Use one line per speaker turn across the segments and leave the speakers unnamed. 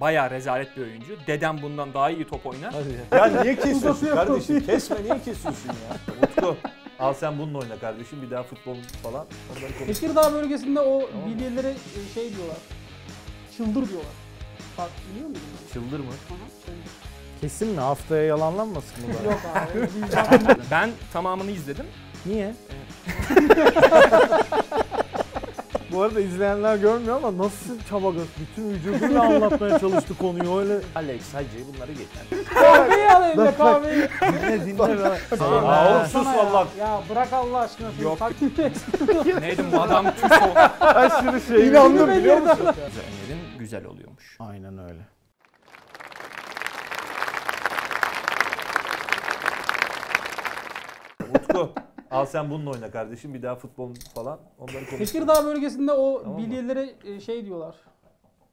Bayağı rezalet bir oyuncu. Dedem bundan daha iyi top oynar.
Hadi ya.
Ya niye kesiyorsun
Uzatıyor
kardeşim?
konuyu.
Kesme niye kesiyorsun ya? Utku al sen bununla oyna kardeşim bir daha futbol falan. Onları konuş.
Tekirdağ bölgesinde o bilyelere e, şey diyorlar. Çıldır diyorlar. Bak biliyor musun?
Çıldır mı?
Kesin mi? Haftaya yalanlanmasın bu da.
Yok abi. vicdanım-
Ben tamamını izledim.
Niye? bu arada izleyenler görmüyor ama nasıl çaba göz bütün vücuduyla anlatmaya çalıştı konuyu öyle.
Alex, Hacı bunları getir.
kahveyi alayım da kahveyi.
Dinle dinle.
Aa, oğlum sus
Sana ya.
valla.
Ya bırak Allah aşkına. seni
Yok.
takip et.
Neydi Madame Tussauds.
Aşırı şey.
İnandım
biliyor musun?
Önerin güzel oluyormuş.
Aynen öyle.
Utku al sen bununla oyna kardeşim bir daha futbol falan. Onları konuş.
Tekirdağ bölgesinde o
Tamam mı?
bilyelere e, şey diyorlar.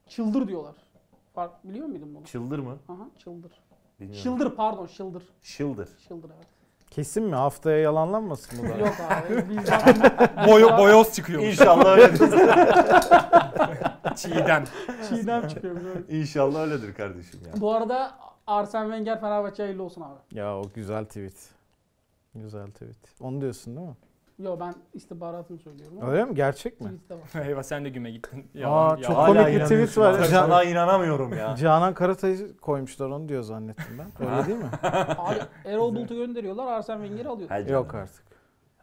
Çıldır diyorlar. Fark biliyor muydun bunu?
Çıldır mı?
Aha çıldır.
Bilmiyorum.
Çıldır pardon çıldır.
Çıldır.
Çıldır evet.
Kesin mi? Haftaya yalanlanmasın bu da.
Yok abi. vicdanım-
Boyo, boyoz çıkıyormuş.
İnşallah öyledir.
Çiğdem.
Çiğdem çıkıyor. böyle.
İnşallah öyledir kardeşim ya.
Bu arada Arsene Wenger Fenerbahçe hayırlı olsun abi.
ya o güzel tweet. Güzel tweet. Onu diyorsun değil mi?
Yo ben istihbaratımı söylüyorum.
Öyle mi? Gerçek mi?
Tweet'te var.
Eyvah sen de güme gittin.
Aa, çok
yalan.
komik bir tweet
inanıyorsun
var.
abi.
Can-
Sana inanamıyorum ya.
Canan Karatay'ı koymuşlar onu diyor zannettim ben. Öyle değil mi?
Abi Erol Bulut'u gönderiyorlar Arsene Wenger'i alıyor.
Hacı.
Yok artık.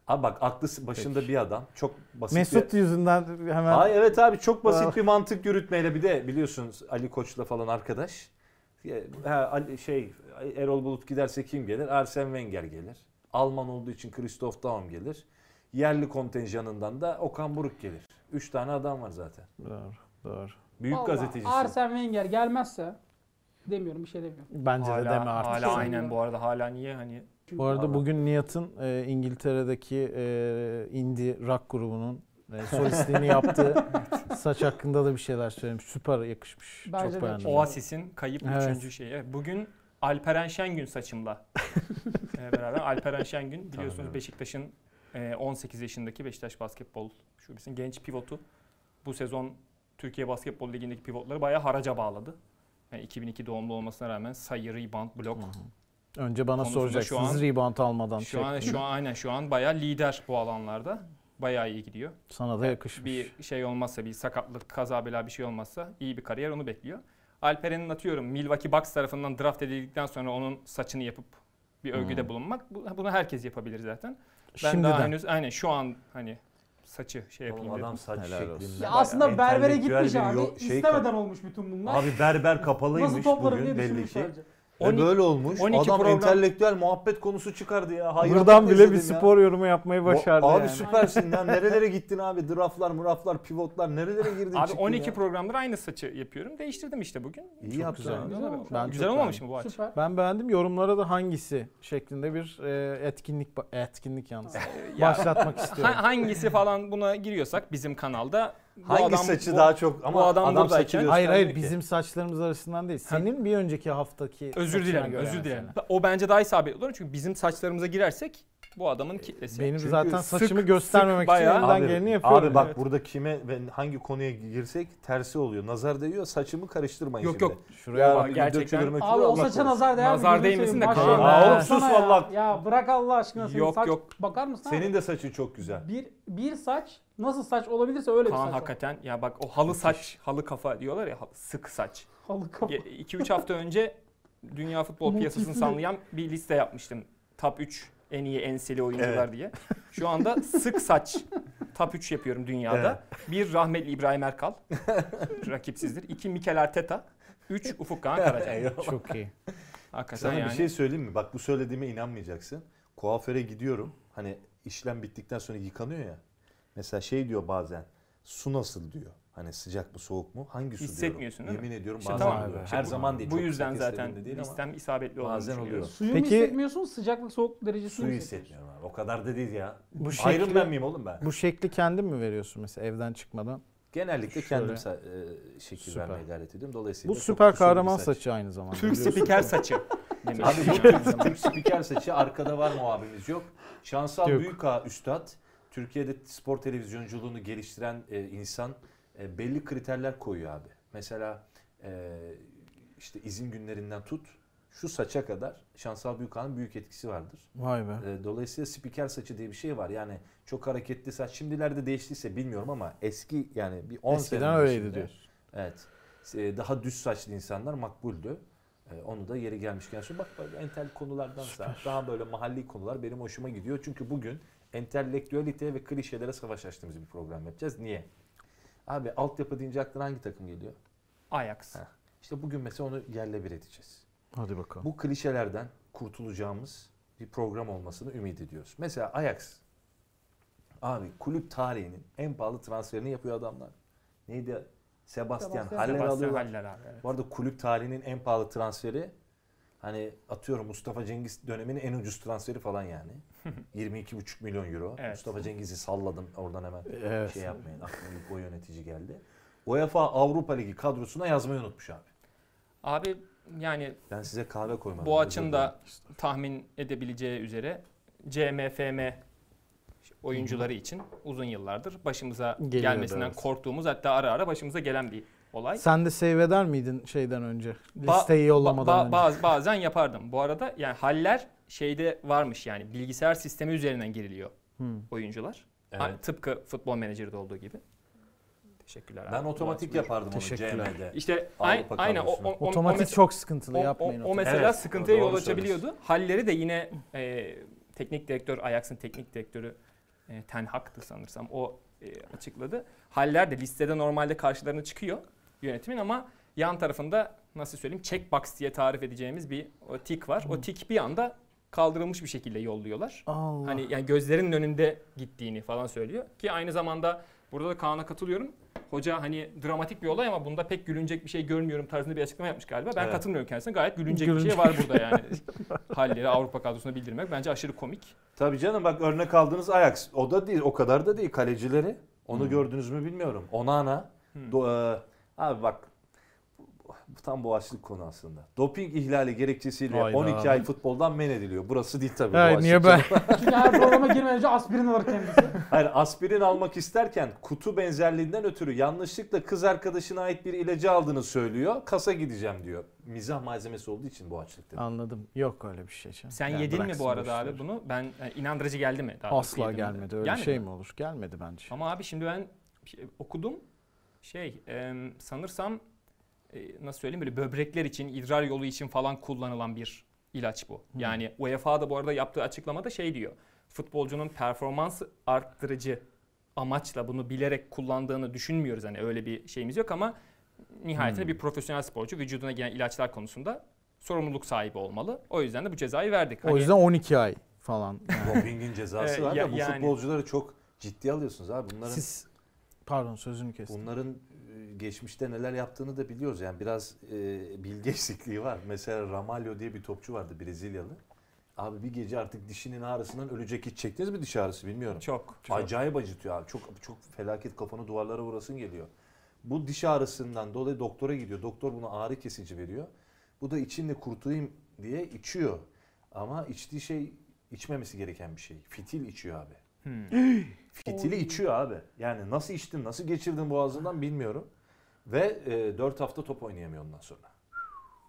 Abi bak aklı başında bir adam. Çok basit
Mesut
bir...
yüzünden hemen
Ay evet abi çok
Ah.
basit bir mantık yürütmeyle bir de biliyorsunuz Ali Koç'la falan arkadaş. Ya, Ha, Ali, şey Erol Bulut giderse kim gelir? Arsene Wenger gelir. Alman olduğu için Christoph Daum gelir. Yerli kontenjanından da Okan Buruk gelir. Üç tane adam var zaten.
Doğru, doğru.
Büyük
Vallahi
gazetecisi.
Arsene Wenger gelmezse demiyorum bir şey demiyorum.
Bence de deme
Hala,
artık.
hala aynen bu arada hala niye hani
Bu arada bugün Nihat'ın e, İngiltere'deki e, indie rock grubunun e, solistliğini yaptığı saç hakkında da bir şeyler söylemiş. Süper yakışmış.
Bence
Çok
de.
beğendim.
Oasis'in kayıp
Evet.
üçüncü şeyi. Bugün Alperen Şengün saçımla e, beraber. Alperen Şengün biliyorsunuz
Tanıyorum.
Beşiktaş'ın e, 18 yaşındaki Beşiktaş Basketbol Şubesi'nin genç pivotu. Bu sezon Türkiye Basketbol Ligi'ndeki pivotları bayağı haraca bağladı. E, Yani 2002 doğumlu olmasına rağmen sayı, rebound, blok.
Önce bana
Konusunda
soracaksınız
şu an-
rebound almadan.
Şu an şu an aynen şu an bayağı lider bu alanlarda. Bayağı iyi gidiyor.
Sana da yakışmış.
bir şey olmazsa bir sakatlık, kaza bela bir şey olmazsa iyi bir kariyer onu bekliyor. Alperen'in atıyorum Milwaukee Bucks tarafından draft edildikten sonra onun saçını yapıp bir övgüde bulunmak bu- bunu herkes yapabilir zaten. Ben daha
Şimdiden.
henüz aynen şu an hani saçı şey yapayım
Oğlum
dedim.
adam saç
Helal olsun.
şeklinde.
Ya aslında berbere
entelektüel
gitmiş
bir
abi.
yo- şey
İstemeden olmuş bütün bunlar.
Abi berber kapalıymış
Nasıl toplarım diye
bugün belli
düşünmüş
ki.
bence.
Ve
12
E, böyle olmuş.
12
Adam
program-
entelektüel muhabbet konusu çıkardı ya. Hayranlık
Buradan bile
yaşadım
bir
ya.
spor yorumu yapmayı başardı
Ba- Abi
yani.
süpersin ya. Nerelere gittin abi? Draftlar, muraflar, pivotlar nerelere girdin
Abi
çıktın
12
ya?
programdır aynı saçı yapıyorum. Değiştirdim işte bugün.
İyi
Çok
yaptın
güzel.
abi.
Güzel olmuş.
Ben
Güzel
çok
olmamış mı bu açı?
Süper.
Ben beğendim. Yorumlara da hangisi şeklinde bir e, etkinlik ba- etkinlik yalnız.
Ya,
Başlatmak istiyorum.
ha- hangisi falan buna giriyorsak bizim kanalda bu
Hangi
adam-
saçı
bu-
daha çok ama
bu adam
adam,
buradayken-
saçı göstermiyor
Hayır hayır
ki.
bizim saçlarımız arasından değil. Senin bir önceki haftaki
Özür
saçına
dilerim,
göre
özür dilerim.
mesela.
O bence daha isabetli olur çünkü bizim saçlarımıza girersek bu adamın kitlesi.
Benim
Çünkü
zaten
sık-
saçımı göstermemek için
bayağı-
elimden
Abi,
geleni yapıyorum.
abi bak
Evet.
burada kime ve hangi konuya girsek tersi oluyor. Nazar değiyor saçımı karıştırmayın
Yok,
şimdi.
yok.
şuraya
Ya-
bak.
Abi gerçekten-
Abi o saça nazar değer mi?
Nazar
Gözünü
değmesin de
seveyim.
kalan-
Maşallah.
Aa, oğlum
sus
Sana ya.
vallahi.
Ya bırak Allah aşkına. Senin
Yok,
saç,
yok.
Bakar mısın abi?
Senin de saçın çok güzel.
Bir, bir saç nasıl saç olabilirse öyle bir
Kaan
saç. ol.
hakikaten ya bak o halı saç, halı kafa diyorlar ya ha- sık saç.
Halı kafa.
2-3 hafta önce dünya futbol
Motifli.
piyasasını sanlayan bir liste yapmıştım. Top 3 en iyi enseli oyuncular
Evet.
diye. Şu anda sık saç top 3 yapıyorum dünyada. Bir rahmetli İbrahim Erkal rakipsizdir. İki Mikel Arteta. Üç Ufuk Kağan Karaca.
Eyvallah.
Çok iyi.
Hakikaten
Sana
yani.
bir şey söyleyeyim mi? Bak bu söylediğime inanmayacaksın. Kuaföre gidiyorum. Hani işlem bittikten sonra yıkanıyor ya. Mesela şey diyor bazen. Su nasıl diyor. Hani sıcak mı soğuk mu? Hangi su
Hissetmiyorsun değil
diyorum.
mi?
Yemin ediyorum
İşte
bazen
tamam.
oluyor.
İşte
Her
bu-
zaman değil.
Bu
Çok
yüzden
sıcak
zaten
hissettiğimde değil ama
listem isabetli olduğunu
Bazen
düşünüyorum.
oluyor.
Suyu mu
Peki-
hissetmiyorsun sıcaklık soğukluk derecesini
Suyu
mi hissediyorsun?
hissetmiyorum abi. O kadar da değil ya.
Bu
şey
Ayrım ben
şekli,
miyim oğlum ben?
bu şekli kendin mi veriyorsun mesela evden çıkmadan?
Genellikle
Şöyle.
kendim sa- e, şekil
Süper.
vermeye gayret ediyorum. Dolayısıyla
Bu
çok
süper
kusurlu bir
kahraman
saç.
saçı aynı zamanda.
Türk
biliyorsun.
spiker saçı. demiş.
Abi bu Türk, Türk spiker saçı arkada var mı abimiz yok. Şansal
Yok.
Büyükağa Üstad Türkiye'de spor televizyonculuğunu geliştiren e, insan e, belli kriterler koyuyor abi. Mesela e, işte izin günlerinden tut şu saça kadar Şansal Büyükhan'ın büyük etkisi vardır.
Vay be.
E, Dolayısıyla spiker saçı diye bir şey var. Yani çok hareketli saç. Şimdilerde değiştiyse bilmiyorum ama eski yani bir 10 sene
Eskiden öyleydi
öncesinde-
diyorsun.
Evet. E, Daha düz saçlı insanlar makbuldü. E, Onu da yeri gelmişken söyleyeyim. Bak böyle entel konulardansa daha böyle mahalli konular benim hoşuma gidiyor. Çünkü bugün entelektüelite ve klişelere savaş açtığımız bir program yapacağız. Niye? Abi altyapı deyince aklına hangi takım geliyor?
Ajax.
Ha. İşte bugün mesela onu yerle bir edeceğiz
Hadi bakalım.
bu klişelerden kurtulacağımız bir program olmasını ümit ediyoruz. Mesela Ajax. Abi kulüp tarihinin en pahalı transferini yapıyor adamlar. Neydi? Sebastian
Sebastian
Haller
Sebastian
alıyorlar.
Haller abi. evet.
Bu arada kulüp tarihinin en pahalı transferi hani atıyorum Mustafa Cengiz döneminin en ucuz transferi falan yani. 22,5 milyon euro.
Evet.
Mustafa Cengiz'i salladım oradan hemen
Evet.
şey yapmayın. Aklıma ilk o yönetici geldi. UEFA Avrupa Ligi kadrosuna yazmayı unutmuş abi.
Abi yani
Ben size kahve koymadım.
bu
özür
açın da tahmin edebileceği üzere CMFM oyuncuları için uzun yıllardır başımıza
Geliyor,
gelmesinden
evet.
korktuğumuz hatta ara ara başımıza gelen bir olay.
Sen de save eder miydin şeyden önce?
Ba-
Listeyi
ba-
yollamadan önce.
baz- bazen yapardım. Bu arada yani haller şeyde varmış yani bilgisayar sistemi üzerinden giriliyor
Hmm.
oyuncular.
Evet.
Ha- tıpkı futbol menajerde olduğu gibi. Teşekkürler.
Ben
abi.
otomatik
Bu açıdan-
yapardım onu
Teşekkürler.
CM'de.
İşte
Avrupa
ay- aynen o,
kadrosuna.
o, o, o,
Otomatik
mes-
çok sıkıntılı
o- o-
yapmayın.
o
otomatik.
mesela
Evet,
sıkıntıya
doğru
yol
söylüyorsun.
açabiliyordu. Halleri de yine e, teknik direktör Ajax'ın teknik direktörü e, Ten Hag'tı sanırsam o e, açıkladı. Haller de listede normalde karşılarına çıkıyor yönetimin ama yan tarafında nasıl söyleyeyim checkbox diye tarif edeceğimiz bir o tik var. O tik bir anda kaldırılmış bir şekilde yolluyorlar.
Allah.
Hani yani gözlerinin önünde gittiğini falan söylüyor. Ki aynı zamanda burada da Kaan'a katılıyorum. Hoca hani dramatik bir olay ama bunda pek gülünecek bir şey görmüyorum tarzında bir açıklama yapmış galiba. Ben
Evet.
katılmıyorum kendisine. Gayet gülünecek, bir
Gülünecek.
şey var burada yani. Halleri Avrupa kadrosuna bildirmek bence aşırı komik.
Tabii canım bak örnek aldığınız Ajax. O da değil o kadar da değil kalecileri. Onu
Hmm.
gördünüz mü bilmiyorum. Onana.
Hmm.
Do- e, abi bak bu tam boğaçlık konu aslında. Doping ihlali gerekçesiyle
Hayda.
12 ay futboldan men ediliyor. Burası değil tabii
Hayır,
boğaçlık.
niye ben?
Çünkü her programa girmeden önce aspirin alır kendisi.
Hayır aspirin almak isterken kutu benzerliğinden ötürü yanlışlıkla kız arkadaşına ait bir ilacı aldığını söylüyor. Kasa gideceğim diyor. Mizah malzemesi olduğu için boğaçlık dedi.
Anladım. Yok öyle bir şey. canım.
Sen
Yani
yedin mi
bıraksın
bu arada
boşver.
abi bunu? Ben yani inandırıcı geldi mi? Daha doğrusu
Asla
yedin mi?
gelmedi. Öyle
Gelmedi
şey
mi?
mi olur? Gelmedi bence.
Ama abi şimdi ben şey- okudum. Şey em, sanırsam e, nasıl söyleyeyim böyle böbrekler için idrar yolu için falan kullanılan bir ilaç bu. Yani UEFA da bu arada yaptığı açıklamada şey diyor. Futbolcunun performans arttırıcı amaçla bunu bilerek kullandığını düşünmüyoruz. Hani öyle bir şeyimiz yok ama nihayetinde bir profesyonel sporcu vücuduna gelen ilaçlar konusunda sorumluluk sahibi olmalı. O yüzden de bu cezayı verdik. Hani
O yüzden 12 ay falan.
Dopingin cezası
Ee,
E,
var
ya-
da bu
yani-
futbolcuları çok ciddi alıyorsunuz abi. Bunların
Siz pardon sözünü kestim.
Bunların e, geçmişte neler yaptığını da biliyoruz. Yani biraz e, bilgi eksikliği var. Mesela Ramalho diye bir topçu vardı Brezilyalı. Abi bir gece artık dişinin ağrısından ölecek hiç çektiniz mi diş ağrısı bilmiyorum.
çok.
Acayip acıtıyor abi. Çok çok felaket kafanı duvarlara vurasın geliyor. Bu diş ağrısından dolayı doktora gidiyor. Doktor buna ağrı kesici veriyor. Bu da içimle kurtulayım diye içiyor. Ama içtiği şey içmemesi gereken bir şey. Fitil içiyor abi.
Hmm.
Fitili
Oy.
içiyor abi. Yani nasıl içtin, nasıl geçirdin boğazından bilmiyorum. Ve 4 hafta top oynayamıyor ondan sonra.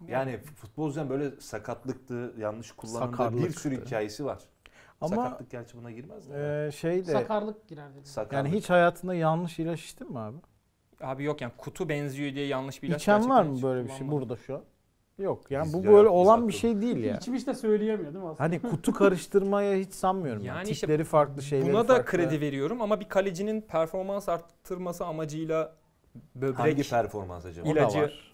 Yani futbolcudan böyle sakatlıktı, yanlış kullanımda bir sürü
Sakarlıktı.
hikayesi var.
Ama-
Sakatlık gerçi buna girmez de.
Ee, şey de
Sakarlık girer dedi.
Sakarlık.
yani hiç hayatında yanlış ilaç içtin mi abi?
Abi yok yani kutu benziyor diye yanlış bir ilaç
İçen var
gerçekten
mı
hiç
böyle bir şey
kullanmadım.
burada şu an? Yok yani
Biz
bu
ilaç
böyle
biz
olan bir
atıyoruz.
şey değil ya.
İçmiş de söyleyemiyor değil mi aslında?
Hani kutu karıştırmaya hiç sanmıyorum yani
Yani
ben.
işte
Tipleri farklı şeyleri
Buna da
farklı.
kredi veriyorum ama bir kalecinin performans arttırması amacıyla böbrek
Hangi performans acaba?
O da
ilacı
var.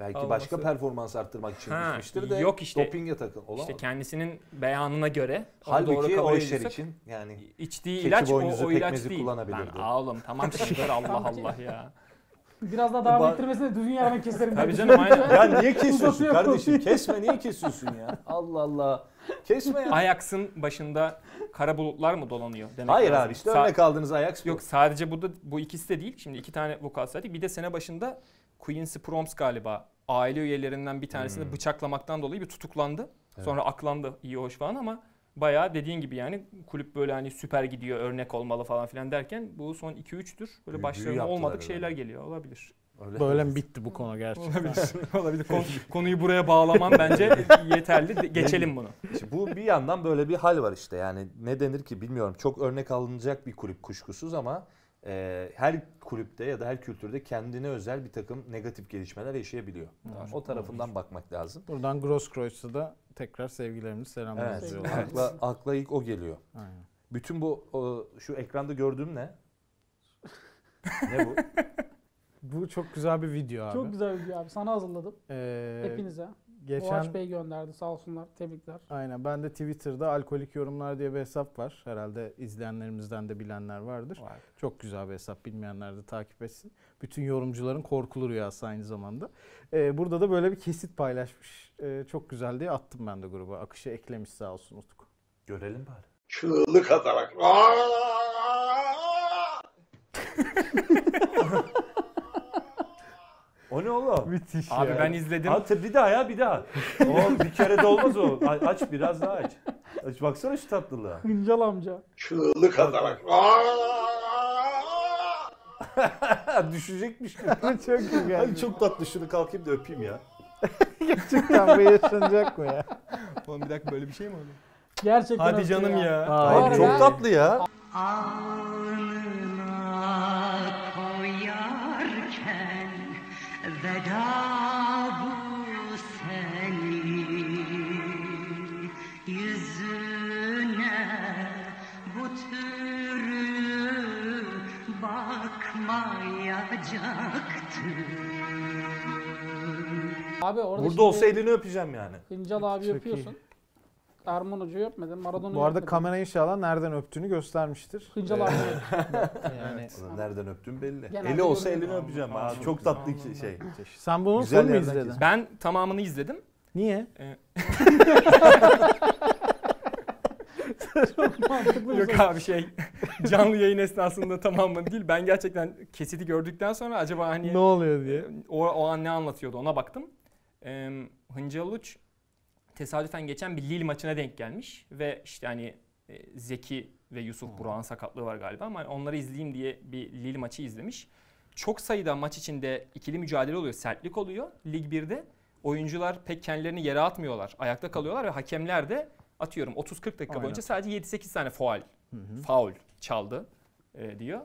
Belki
Olması-
başka performans arttırmak için
Ha,
gitmiştir de
yok işte.
dopinge takın. Olamaz.
işte kendisinin beyanına göre onu
Halbuki o
kabul
işler
ediyorsak,
için yani
içtiği
keçi
ilaç o,
boynuzu
o ilaç
pekmezi
değil. Lan
kullanabilirdi.
oğlum tamam şeyler Allah Allah ya.
Biraz daha devam
Ba-
ettirmesine düzgün yerden keserim.
Tabii
dedi.
canım aynen.
ya niye kesiyorsun
Uzatıyor
kardeşim?
konuyu.
Kesme niye kesiyorsun ya? Allah Allah. Kesme ya.
Ajax'ın başında kara bulutlar mı dolanıyor demek
Hayır
lazım.
abi işte
Sa-
örnek aldığınız Ajax bu.
Yok sadece burada bu ikisi de değil. Şimdi iki tane vokal saydık. Bir de sene başında Quincy Proms galiba aile üyelerinden bir tanesini
Hmm.
bıçaklamaktan dolayı bir tutuklandı.
Evet.
Sonra aklandı iyi hoş falan ama bayağı dediğin gibi yani kulüp böyle hani süper gidiyor örnek olmalı falan filan derken bu son 2-3'tür. Böyle
Büyü-
başlarına
büyü yaptılar
olmadık
herhalde.
şeyler geliyor olabilir.
Öyle
Böyle bitti bu konu gerçekten.
Olabilir. Olabilir. Kon- konuyu buraya bağlaman bence yeterli. De- Geçelim bunu.
Şimdi bu bir yandan böyle bir hal var işte yani ne denir ki bilmiyorum çok örnek alınacak bir kulüp kuşkusuz ama e, her kulüpte ya da her kültürde kendine özel bir takım negatif gelişmeler yaşayabiliyor. O tarafından bakmak lazım.
Buradan Grosskreuz'a da tekrar sevgilerimizi selamlarımızı
Evet.
yolluyoruz.
Akla, akla ilk o geliyor.
Aynen.
Bütün bu o, şu ekranda gördüğüm ne? ne bu?
Bu çok güzel bir video abi.
Çok güzel video abi. Sana hazırladım.
Ee,
Hepinize.
geçen
Boğaç Bey gönderdi. Sağ olsunlar. Tebrikler.
Aynen. Ben de Twitter'da alkolik yorumlar diye bir hesap var. Herhalde izleyenlerimizden de bilenler vardır. Çok güzel bir hesap. Bilmeyenler de takip etsin. Bütün yorumcuların korkulu rüyası aynı zamanda. Ee, burada da böyle bir kesit paylaşmış. Ee, çok güzel diye attım ben de gruba. Akışı eklemiş sağ olsun Utku.
Görelim bari.
çığlık atarak "Aa!"
O ne oğlum?
Müthiş
Abi ben izledim.
At bir daha ya bir daha. Oğlum bir kere de olmaz o. A- Aç biraz daha aç. Aç baksana şu tatlılığa.
Hıncal amca.
çığlık atarak "Aa!"
Düşecekmiş ki.
çok iyi
Ay
geldi.
çok tatlı şunu kalkayım da öpeyim ya.
Gerçekten bu yaşanacak mı ya?
Oğlum bir dakika böyle bir şey mi oldu?
Gerçekten
Hadi
öptü
canım ya.
Hayır,
Var
çok
be.
tatlı ya.
Alnına koyarken veda bu seni yüzüne bu türlü bakmayacaktım.
Abi orada
Burada
şimdi
olsa elini öpeceğim yani.
Hıncal abi
Çok
yapıyorsun. Erman Hoca'yı öpmedin. Maradona'yı
Bu arada
öpmedin.
kamera inşallah nereden öptüğünü göstermiştir.
Hıncal
Ee,
abi.
yani
Nereden öptüm belli.
Genelde
Eli olsa
görünüyor.
elini öpeceğim. Aa, çok tatlı ki şey.
Sen bunu
Güzel
son mu
yerden
izledin?
kesmiş.
Ben tamamını izledim.
Niye?
Mantıklı bir
Yok abi şey canlı yayın esnasında tamamı değil. Ben gerçekten kesiti gördükten sonra acaba hani
Ne oluyor diye.
o, o an ne anlatıyordu ona baktım. Ee, Hıncal Uç tesadüfen geçen bir Lille maçına denk gelmiş ve işte hani e, Zeki ve Yusuf Burak'ın sakatlığı var galiba ama onları izleyeyim diye bir Lille maçı izlemiş. Çok sayıda maç içinde ikili mücadele oluyor, sertlik oluyor Lig 1'de. Oyuncular pek kendilerini yere atmıyorlar. Ayakta kalıyorlar ve hakemler de atıyorum 30-40 dakika
Aynen.
boyunca sadece 7-8 tane faul, faul çaldı e, diyor.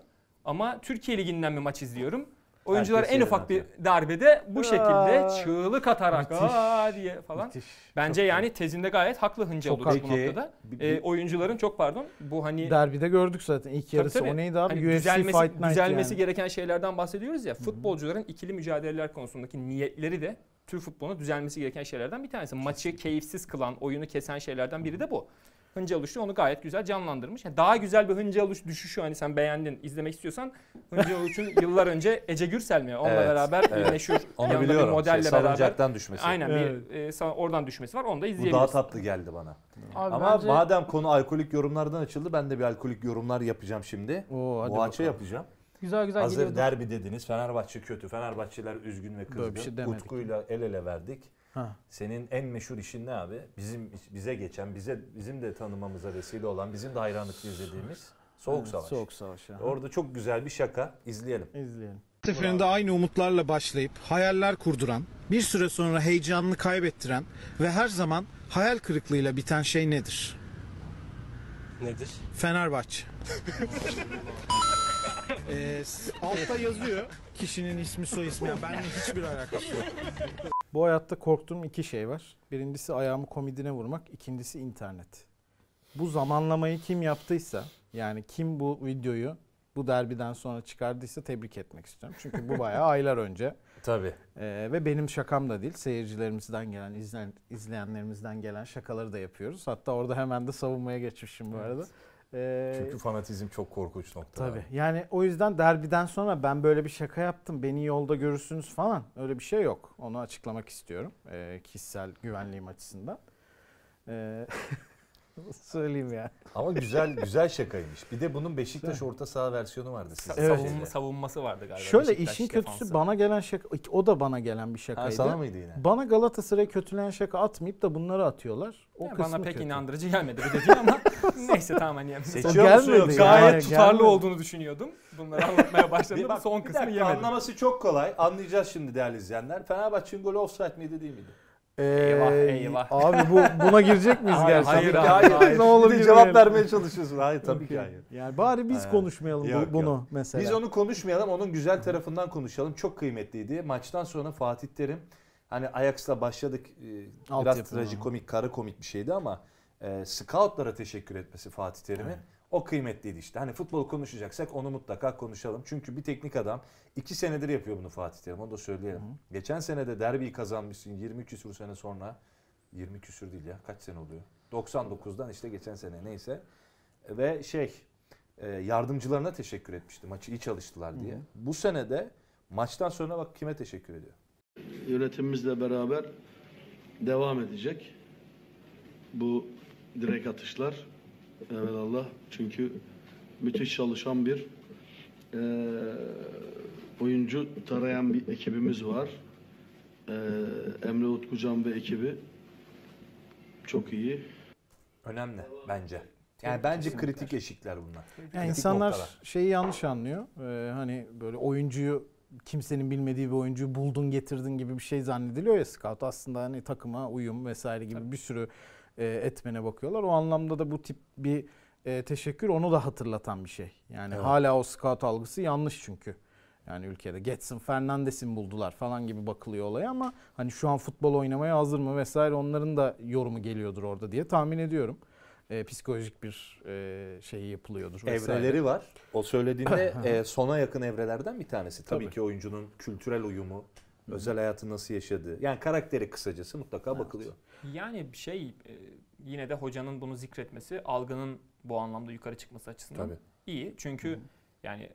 Ama Türkiye Ligi'nden bir maç izliyorum. Oyuncular
Herkes
en
yerine
ufak bir darbede bu şekilde
Aa.
çığlık atarak
Müthiş.
aa diye falan.
Müthiş.
Bence
Çok
yani tezinde gayet haklı Hınca
Çok
Uluç bu
haklı.
noktada.
Bir-
E, oyuncuların çok pardon bu hani
Derbide gördük zaten ilk
Tabii
yarısı.
tabii.
O neydi abi?
Hani
UFC
düzelmesi,
Fight Night
düzelmesi
yani.
gereken şeylerden bahsediyoruz ya. Futbolcuların ikili mücadeleler konusundaki niyetleri de Türk futboluna düzelmesi gereken şeylerden bir tanesi. Maçı keyifsiz kılan, oyunu kesen şeylerden biri de bu. Hınca Uluç da onu gayet güzel canlandırmış. Yani daha güzel bir Hınca Uluç düşüşü hani sen beğendin, izlemek istiyorsan Hınca Uluç'un yıllar önce Ece Gürsel mi? Onunla
Evet,
beraber
evet.
bir meşhur
Onu
yanında bir
biliyorum. Şey,
modelle beraber.
salıncaktan düşmesi.
Aynen
Evet.
bir e, sa- oradan düşmesi var. Onu da
Bu daha
izleyebiliriz.
tatlı geldi bana.
Abi
Ama
bence
madem konu alkolik yorumlardan açıldı ben de bir alkolik yorumlar yapacağım şimdi.
Oo, hadi
Boğaç'a
bakalım.
yapacağım.
güzel güzel
Hazır
geliyordu.
derbi dediniz. Fenerbahçe kötü. Fenerbahçeliler üzgün
Böyle
ve
bir
kızgın.
şey demedik.
Utku'yla el ele verdik.
Ha.
Senin en meşhur işin ne abi? Bizim bize geçen, bize bizim de tanımamıza vesile olan, bizim de hayranlıkla izlediğimiz Soğuk
Evet,
Savaş.
Soğuk Savaş. aha.
Orada çok güzel bir şaka. İzleyelim.
İzleyelim.
seferinde aynı umutlarla başlayıp hayaller kurduran, bir süre sonra heyecanını kaybettiren ve her zaman hayal kırıklığıyla biten şey nedir? Nedir? Fenerbahçe. Ee, s- altta yazıyor kişinin ismi soy ismi. Yani benimle hiçbir alakası yok.
Bu hayatta korktuğum iki şey var. Birincisi ayağımı komidine vurmak, ikincisi internet. Bu zamanlamayı kim yaptıysa, yani kim bu videoyu bu derbiden sonra çıkardıysa tebrik etmek istiyorum. Çünkü bu bayağı aylar önce.
Tabii.
Ee, ve benim şakam da değil. Seyircilerimizden gelen, izlen, izleyenlerimizden gelen şakaları da yapıyoruz. Hatta orada hemen de savunmaya geçmişim bu arada. Ee,
Çünkü fanatizm çok korkunç nokta.
tabii. Yani o yüzden derbiden sonra ben böyle bir şaka yaptım. Beni yolda görürsünüz falan. Öyle bir şey yok. Onu e, açıklamak istiyorum. ee, kişisel güvenliğim açısından. Ee, Söyleyeyim ya.
Ama güzel güzel şakaymış. Bir de bunun Beşiktaş orta saha versiyonu vardı sizin.
Evet.
Savunma, savunması vardı galiba.
Şöyle
Beşiktaş
işin kötüsü
defansı.
bana gelen şaka, o da bana gelen bir şakaydı.
Ha, sana mıydı yine?
Bana Galatasaray'a kötülen şaka atmayıp da bunları atıyorlar. O
Yani
kısmı
bana pek
kötü.
inandırıcı gelmedi bu dediğin ama neyse tamam hani
O
Seçiyor musun
gelmedi
yoksa?
ya.
gayet
Hayır,
tutarlı
gelmedi.
olduğunu düşünüyordum. Bunları anlatmaya başladım.
bak,
Son
bir
kısmı
dakika,
yemedim.
Anlaması çok kolay. Anlayacağız şimdi değerli izleyenler. Fenerbahçe'nin golü offside miydi değil miydi?
Ee,
Eyvah, eyvah.
Abi bu buna girecek miyiz
Hayır,
gerçekten?
hayır,
Tabii ki
hayır.
hayır.
Ne olur
Bir de
girmeyelim.
cevap vermeye çalışıyorsun. Hayır tabii ki hayır.
Yani bari biz
Ee,
konuşmayalım bu-
yok, yok.
bunu mesela.
Biz onu konuşmayalım, onun güzel tarafından konuşalım. Çok kıymetliydi. Maçtan sonra Fatih Terim, hani Ajax'la başladık e,
Alt
biraz
yapıma.
trajikomik, kara komik bir şeydi ama e, scoutlara teşekkür etmesi Fatih Terim'in o kıymetliydi işte. Hani futbol konuşacaksak onu mutlaka konuşalım. Çünkü bir teknik adam iki senedir yapıyor bunu Fatih Terim, onu da söyleyelim. Geçen sene de derbiyi kazanmışsın 20 küsür sene sonra. 20 küsür değil ya, kaç sene oluyor? 99'dan işte geçen sene neyse. Ve şey, e, yardımcılarına teşekkür etmişti maçı iyi çalıştılar diye. Bu sene de maçtan sonra bak kime teşekkür ediyor.
yönetimimizle beraber devam edecek. Bu direkt atışlar Allah çünkü müthiş çalışan bir eee, oyuncu tarayan bir ekibimiz var. Eee, Emre Utkucan ve ekibi çok iyi.
Önemli bence. Yani bence kritik eşikler bunlar.
Yani
Kritik
insanlar
noktalar.
şeyi yanlış anlıyor. Ee, hani böyle oyuncuyu kimsenin bilmediği bir oyuncuyu buldun getirdin gibi bir şey zannediliyor ya scout. Aslında hani takıma uyum vesaire gibi bir sürü e, etmene bakıyorlar. O anlamda da bu tip bir e, teşekkür onu da hatırlatan bir şey. Yani
Evet.
hala o scout algısı yanlış çünkü. Yani ülkede Getson Fernandes'in buldular falan gibi bakılıyor olaya ama hani şu an futbol oynamaya hazır mı vesaire onların da yorumu geliyordur orada diye tahmin ediyorum. E, psikolojik bir e, şey yapılıyordur. vesaire.
evreleri var. O söylediğinde e, sona yakın evrelerden bir tanesi. Tabii,
Tabii.
ki oyuncunun kültürel uyumu, özel hayatı nasıl yaşadığı. Yani karakteri kısacası mutlaka bakılıyor.
Yani bir şey e, yine de hocanın bunu zikretmesi algının bu anlamda yukarı çıkması açısından
Tabii.
iyi. Çünkü yani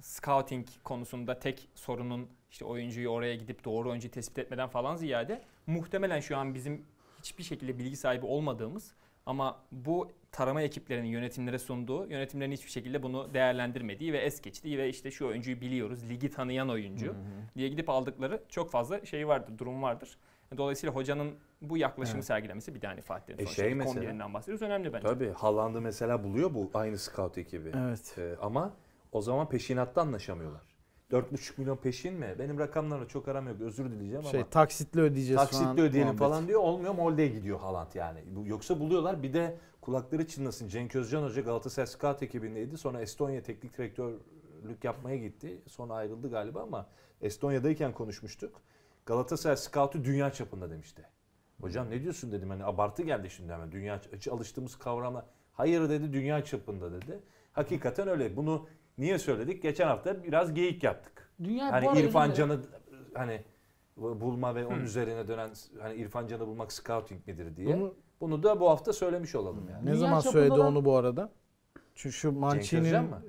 scouting konusunda tek sorunun işte oyuncuyu oraya gidip doğru oyuncuyu tespit etmeden falan ziyade muhtemelen şu an bizim hiçbir şekilde bilgi sahibi olmadığımız ama bu tarama ekiplerinin yönetimlere sunduğu, yönetimlerin hiçbir şekilde bunu değerlendirmediği ve es geçtiği ve işte şu oyuncuyu biliyoruz, ligi tanıyan oyuncu diye gidip aldıkları çok fazla şey vardır, durum vardır. Dolayısıyla hocanın bu yaklaşımı sergilemesi bir tane Fatih Terim
E
sonuçta
şey
bir
mesela-
kombininden bahsediyoruz. Önemli bence.
Tabii Haaland'ı mesela buluyor bu aynı scout ekibi.
Evet.
Ee, ama o zaman peşinatta anlaşamıyorlar. 4,5 milyon peşin mi? Benim rakamlarla çok aram yok özür dileyeceğim
Şey
ama.
taksitli ödeyeceğiz
Taksitli ödeyelim
muhabbeti.
falan diyor. Olmuyor Molde'ye gidiyor Haaland yani. Bu- Yoksa buluyorlar bir de kulakları çınlasın. Cenk Özcan Hoca Galatasaray Scout ekibindeydi. Sonra Estonya teknik direktörlük yapmaya gitti. Sonra ayrıldı galiba ama Estonya'dayken konuşmuştuk. Galatasaray Scout'u dünya çapında demişti. Hocam ne diyorsun dedim hani abartı geldi şimdi hemen dünya hiç alıştığımız kavrama. Hayır dedi dünya çapında dedi. Hakikaten öyle. Bunu niye söyledik? Geçen hafta biraz geyik yaptık.
Dünya bu
Hani
arada
İrfan
özür dilerim.
Can'ı hani bulma ve onun üzerine dönen hani İrfan Can'ı bulmak scouting midir diye. Bunu,
Bunu-
da bu hafta söylemiş olalım yani.
Ne
Dünya
zaman
çapında
söyledi
olan-
onu bu arada? Çünkü şu
Özcan
Mancini'nin
mı?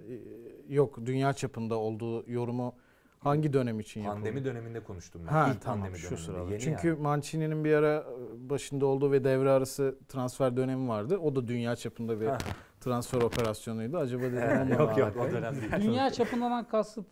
e, yok dünya çapında olduğu yorumu hangi dönem için yapıldı?
Pandemi döneminde konuştum ben.
Ha
İlk
tamam
pandemi
şu
döneminde.
sırada.
Yeni
Çünkü
yani.
Mancini'nin bir ara e, başında olduğu ve devre arası transfer dönemi vardı. O da dünya çapında bir
Ha.
transfer operasyonuydu. Acaba dedim
Evet,
onunla
yok yok
alakalı.
o dönem değil.
Dünya çapından kasıt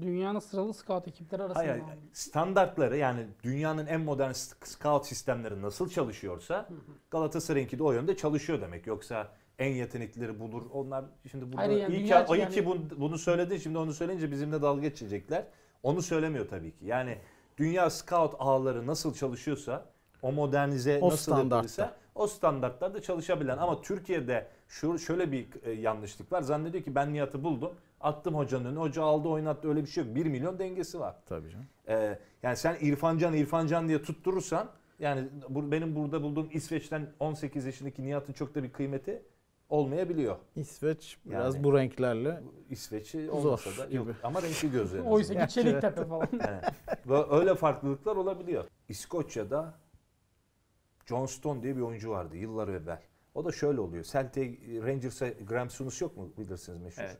dünyanın sıralı scout ekipleri arasında.
Hayır, hayır. standartları yani dünyanın en modern s- scout sistemleri nasıl çalışıyorsa Galatasaray'ınki de o yönde çalışıyor demek. Yoksa en yeteneklileri bulur. Onlar şimdi burada
Hayır, yani
iyi ki,
dünya-
iyi
yani-
ki bunu, bunu söyledin. Şimdi onu söyleyince bizimle dalga geçecekler. Onu söylemiyor tabii ki. Yani dünya scout ağları nasıl çalışıyorsa o modernize
O
nasıl
standartta.
yapılırsa o standartlarda çalışabilen ama Türkiye'de şu şöyle bir e, yanlışlık var. Zannediyor ki ben Nihat'ı buldum. Attım hocanın önüne. Hoca aldı oynattı öyle bir şey yok. 1 milyon dengesi var.
Tabii canım.
Ee, yani sen İrfan Can, İrfan Can diye tutturursan yani bu, benim burada bulduğum İsveç'ten 18 yaşındaki Nihat'ın çok da bir kıymeti olmayabiliyor.
İsveç biraz
Yani-
bu renklerle
İsveç'i olmasa
Zor
da yok.
gibi.
Ama renkli gözleri.
Oysa ki Çeliktepe falan.
Öyle farklılıklar olabiliyor. İskoçya'da John Stone diye bir oyuncu vardı yıllar evvel. O da şöyle oluyor. Celtic Rangers'a Graham Souness yok mu bilirsiniz meşhur.
Evet.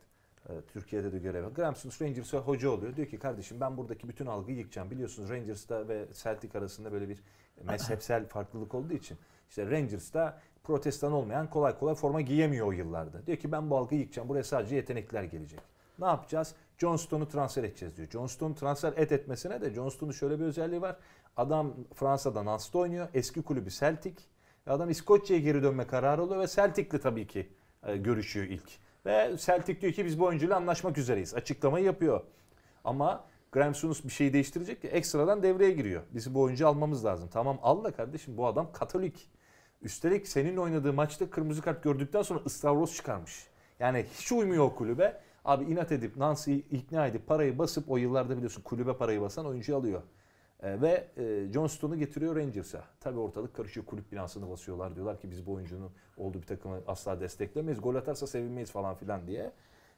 Ee, Türkiye'de de görev. var. Graham Souness Rangers'a hoca oluyor. Diyor ki kardeşim ben buradaki bütün algıyı yıkacağım. Biliyorsunuz Rangers'ta ve Celtic arasında böyle bir mezhepsel farklılık olduğu için. İşte Rangers'ta protestan olmayan kolay kolay forma giyemiyor o yıllarda. Diyor ki ben bu halkı yıkacağım. Buraya sadece yetenekler gelecek. Ne yapacağız? Johnston'u transfer edeceğiz diyor. Johnston'u transfer et etmesine de Johnston'un şöyle bir özelliği var. Adam Fransa'da Nance'da oynuyor. Eski kulübü Celtic. E, Adam İskoçya'ya geri dönme kararı alıyor ve Celtic'le tabii ki e, görüşüyor ilk. Ve Celtic diyor ki biz bu oyuncuyla anlaşmak üzereyiz. Açıklamayı yapıyor. Ama Graham Souness bir şeyi değiştirecek ki ekstradan devreye giriyor. Bizi bu oyuncu almamız lazım. Tamam al da kardeşim bu adam Katolik. Üstelik senin oynadığı maçta kırmızı kart gördükten sonra ıstavroz çıkarmış. Yani hiç uymuyor o kulübe. Abi inat edip Nancy'yi ikna edip parayı basıp o yıllarda biliyorsun kulübe parayı basan oyuncu alıyor. E, ve e, Johnston'u getiriyor Rangers'a. Tabii ortalık karışıyor. Kulüp binasını basıyorlar. Diyorlar ki biz bu oyuncunun olduğu bir takımı asla desteklemeyiz. Gol atarsa sevinmeyiz falan filan diye.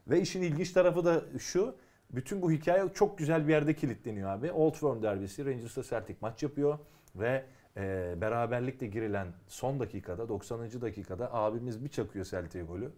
Ve işin ilginç tarafı da şu. Bütün bu hikaye çok güzel bir yerde kilitleniyor abi. Old Firm derbisi Rangers'la Celtic maç yapıyor ve e, beraberlikle girilen son dakikada 90. dakikada abimiz bir çakıyor Celtic'e golü.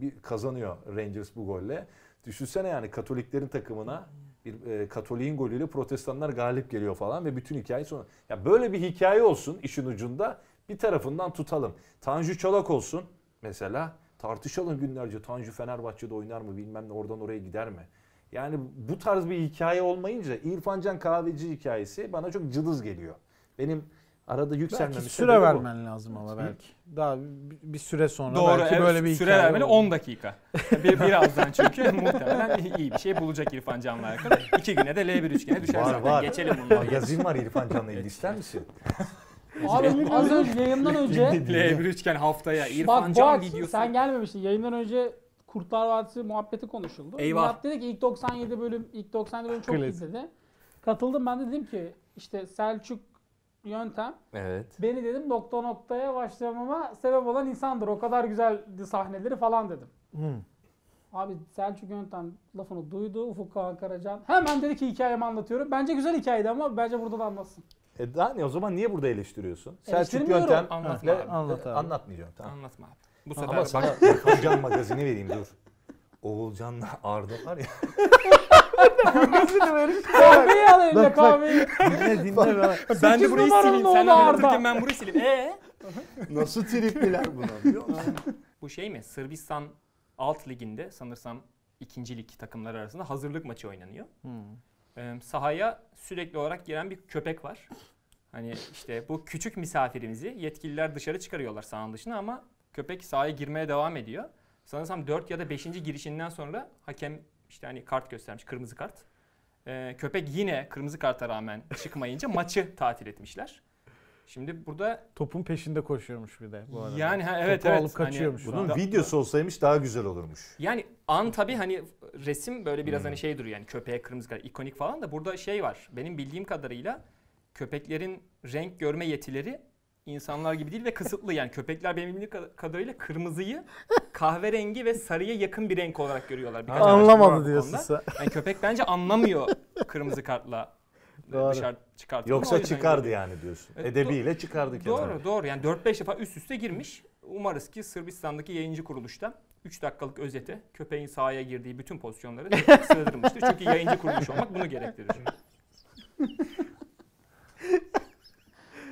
Bir kazanıyor Rangers bu golle. Düşünsene yani Katoliklerin takımına bir e, Katolik'in golüyle protestanlar galip geliyor falan ve bütün hikaye sonu. Ya böyle bir hikaye olsun işin ucunda bir tarafından tutalım. Tanju Çolak olsun mesela tartışalım günlerce Tanju Fenerbahçe'de oynar mı bilmem ne oradan oraya gider mi? Yani bu tarz bir hikaye olmayınca İrfan Can Kahveci hikayesi bana çok cılız geliyor. Benim arada
Belki
yükselmem
süre vermen lazım ama belki. Daha bir, bir süre sonra
Doğru
belki
evet,
böyle bir
süre
hikaye
vermeli
olur.
10 dakika. Bir, birazdan çünkü muhtemelen iyi bir şey bulacak İrfan Can'la alakalı. İki güne de L1 üçgene düşer
Var,
zaten.
var.
Geçelim bunu.
Magazin var İrfan Can'la ilgili ister misin?
Abi az önce yayından önce
L1 üçgen haftaya İrfan
bak
Can
Boğaç
videosu.
sen gelmemiştin. Yayından önce Kurtlar Vadisi muhabbeti konuşuldu.
Eyvah.
Murat dedi ki ilk 97 bölüm ilk 97 bölüm çok iyi
Klasik.
dedi. Katıldım ben de dedim ki işte Selçuk yöntem
Evet.
beni dedim nokta noktaya başlamama sebep olan insandır. O kadar güzeldi sahneleri falan dedim.
Hmm.
Abi Selçuk Yöntem lafını duydu. Ufuk Kağan Karacan. Hemen dedi ki hikayemi anlatıyorum. Bence güzel hikayeydi ama bence burada da anlatsın.
E daha ne o zaman niye burada eleştiriyorsun? Selçuk
Eleştirmiyorum.
Yöntem. E,
Anlatma
Ne-
abi.
Anlat abi.
Anlatmayacağım tamam.
Anlatma abi. Bu sefer
Ama
bak
sana İrfan Can magazini vereyim dur. Oğulcan'la Arda var ya.
Kahveyi al eline
bak.
kahveyi.
Dinle dinle. bak.
ben de
Sekiz
burayı
numaralı
sileyim.
oğlu
Sen
Arda.
anlatırken ben burayı sileyim. Ee?
Nasıl tripliler buna biliyor musun?
Bu şey mi? Sırbistan alt liginde sanırsam ikinci lig takımları arasında hazırlık maçı oynanıyor.
Hmm.
Ee, sahaya sürekli olarak giren bir köpek var. Hani işte bu küçük misafirimizi yetkililer dışarı çıkarıyorlar sahanın dışına ama köpek sahaya girmeye devam ediyor. Sanırsam 4 ya da 5. girişinden sonra hakem işte hani kart göstermiş kırmızı kart. Ee, köpek yine kırmızı karta rağmen çıkmayınca maçı tatil etmişler. Şimdi burada
Topun peşinde koşuyormuş bir de bu arada.
yani ha, evet
Topu
evet.
alıp
Hani
kaçıyormuş
bunun
falan.
Bunun videosu olsaymış daha güzel olurmuş.
yani an tabii hani resim böyle biraz
Hmm.
hani şey duruyor yani köpeğe kırmızı kar ikonik falan da burada şey var. Benim bildiğim kadarıyla köpeklerin renk görme yetileri insanlar gibi değil ve kısıtlı yani köpekler benim bildiğim kad- kadarıyla kırmızıyı kahverengi ve sarıya yakın bir renk olarak görüyorlar. Birkaç araştırma var bu
Anlamadı diyorsun
konuda.
sen.
Yani köpek bence anlamıyor kırmızı kartla
Doğru.
dışarı çıkartıyor.
Yoksa çıkardı yani diyorsun.
E,
Edebiyle çıkardı kenara.
Doğru doğru yani 4-5 defa üst üste girmiş. Umarız ki Sırbistan'daki yayıncı kuruluşta 3 dakikalık özete köpeğin sahaya girdiği bütün pozisyonları sığdırmıştır. Çünkü yayıncı kuruluş olmak bunu gerektirir.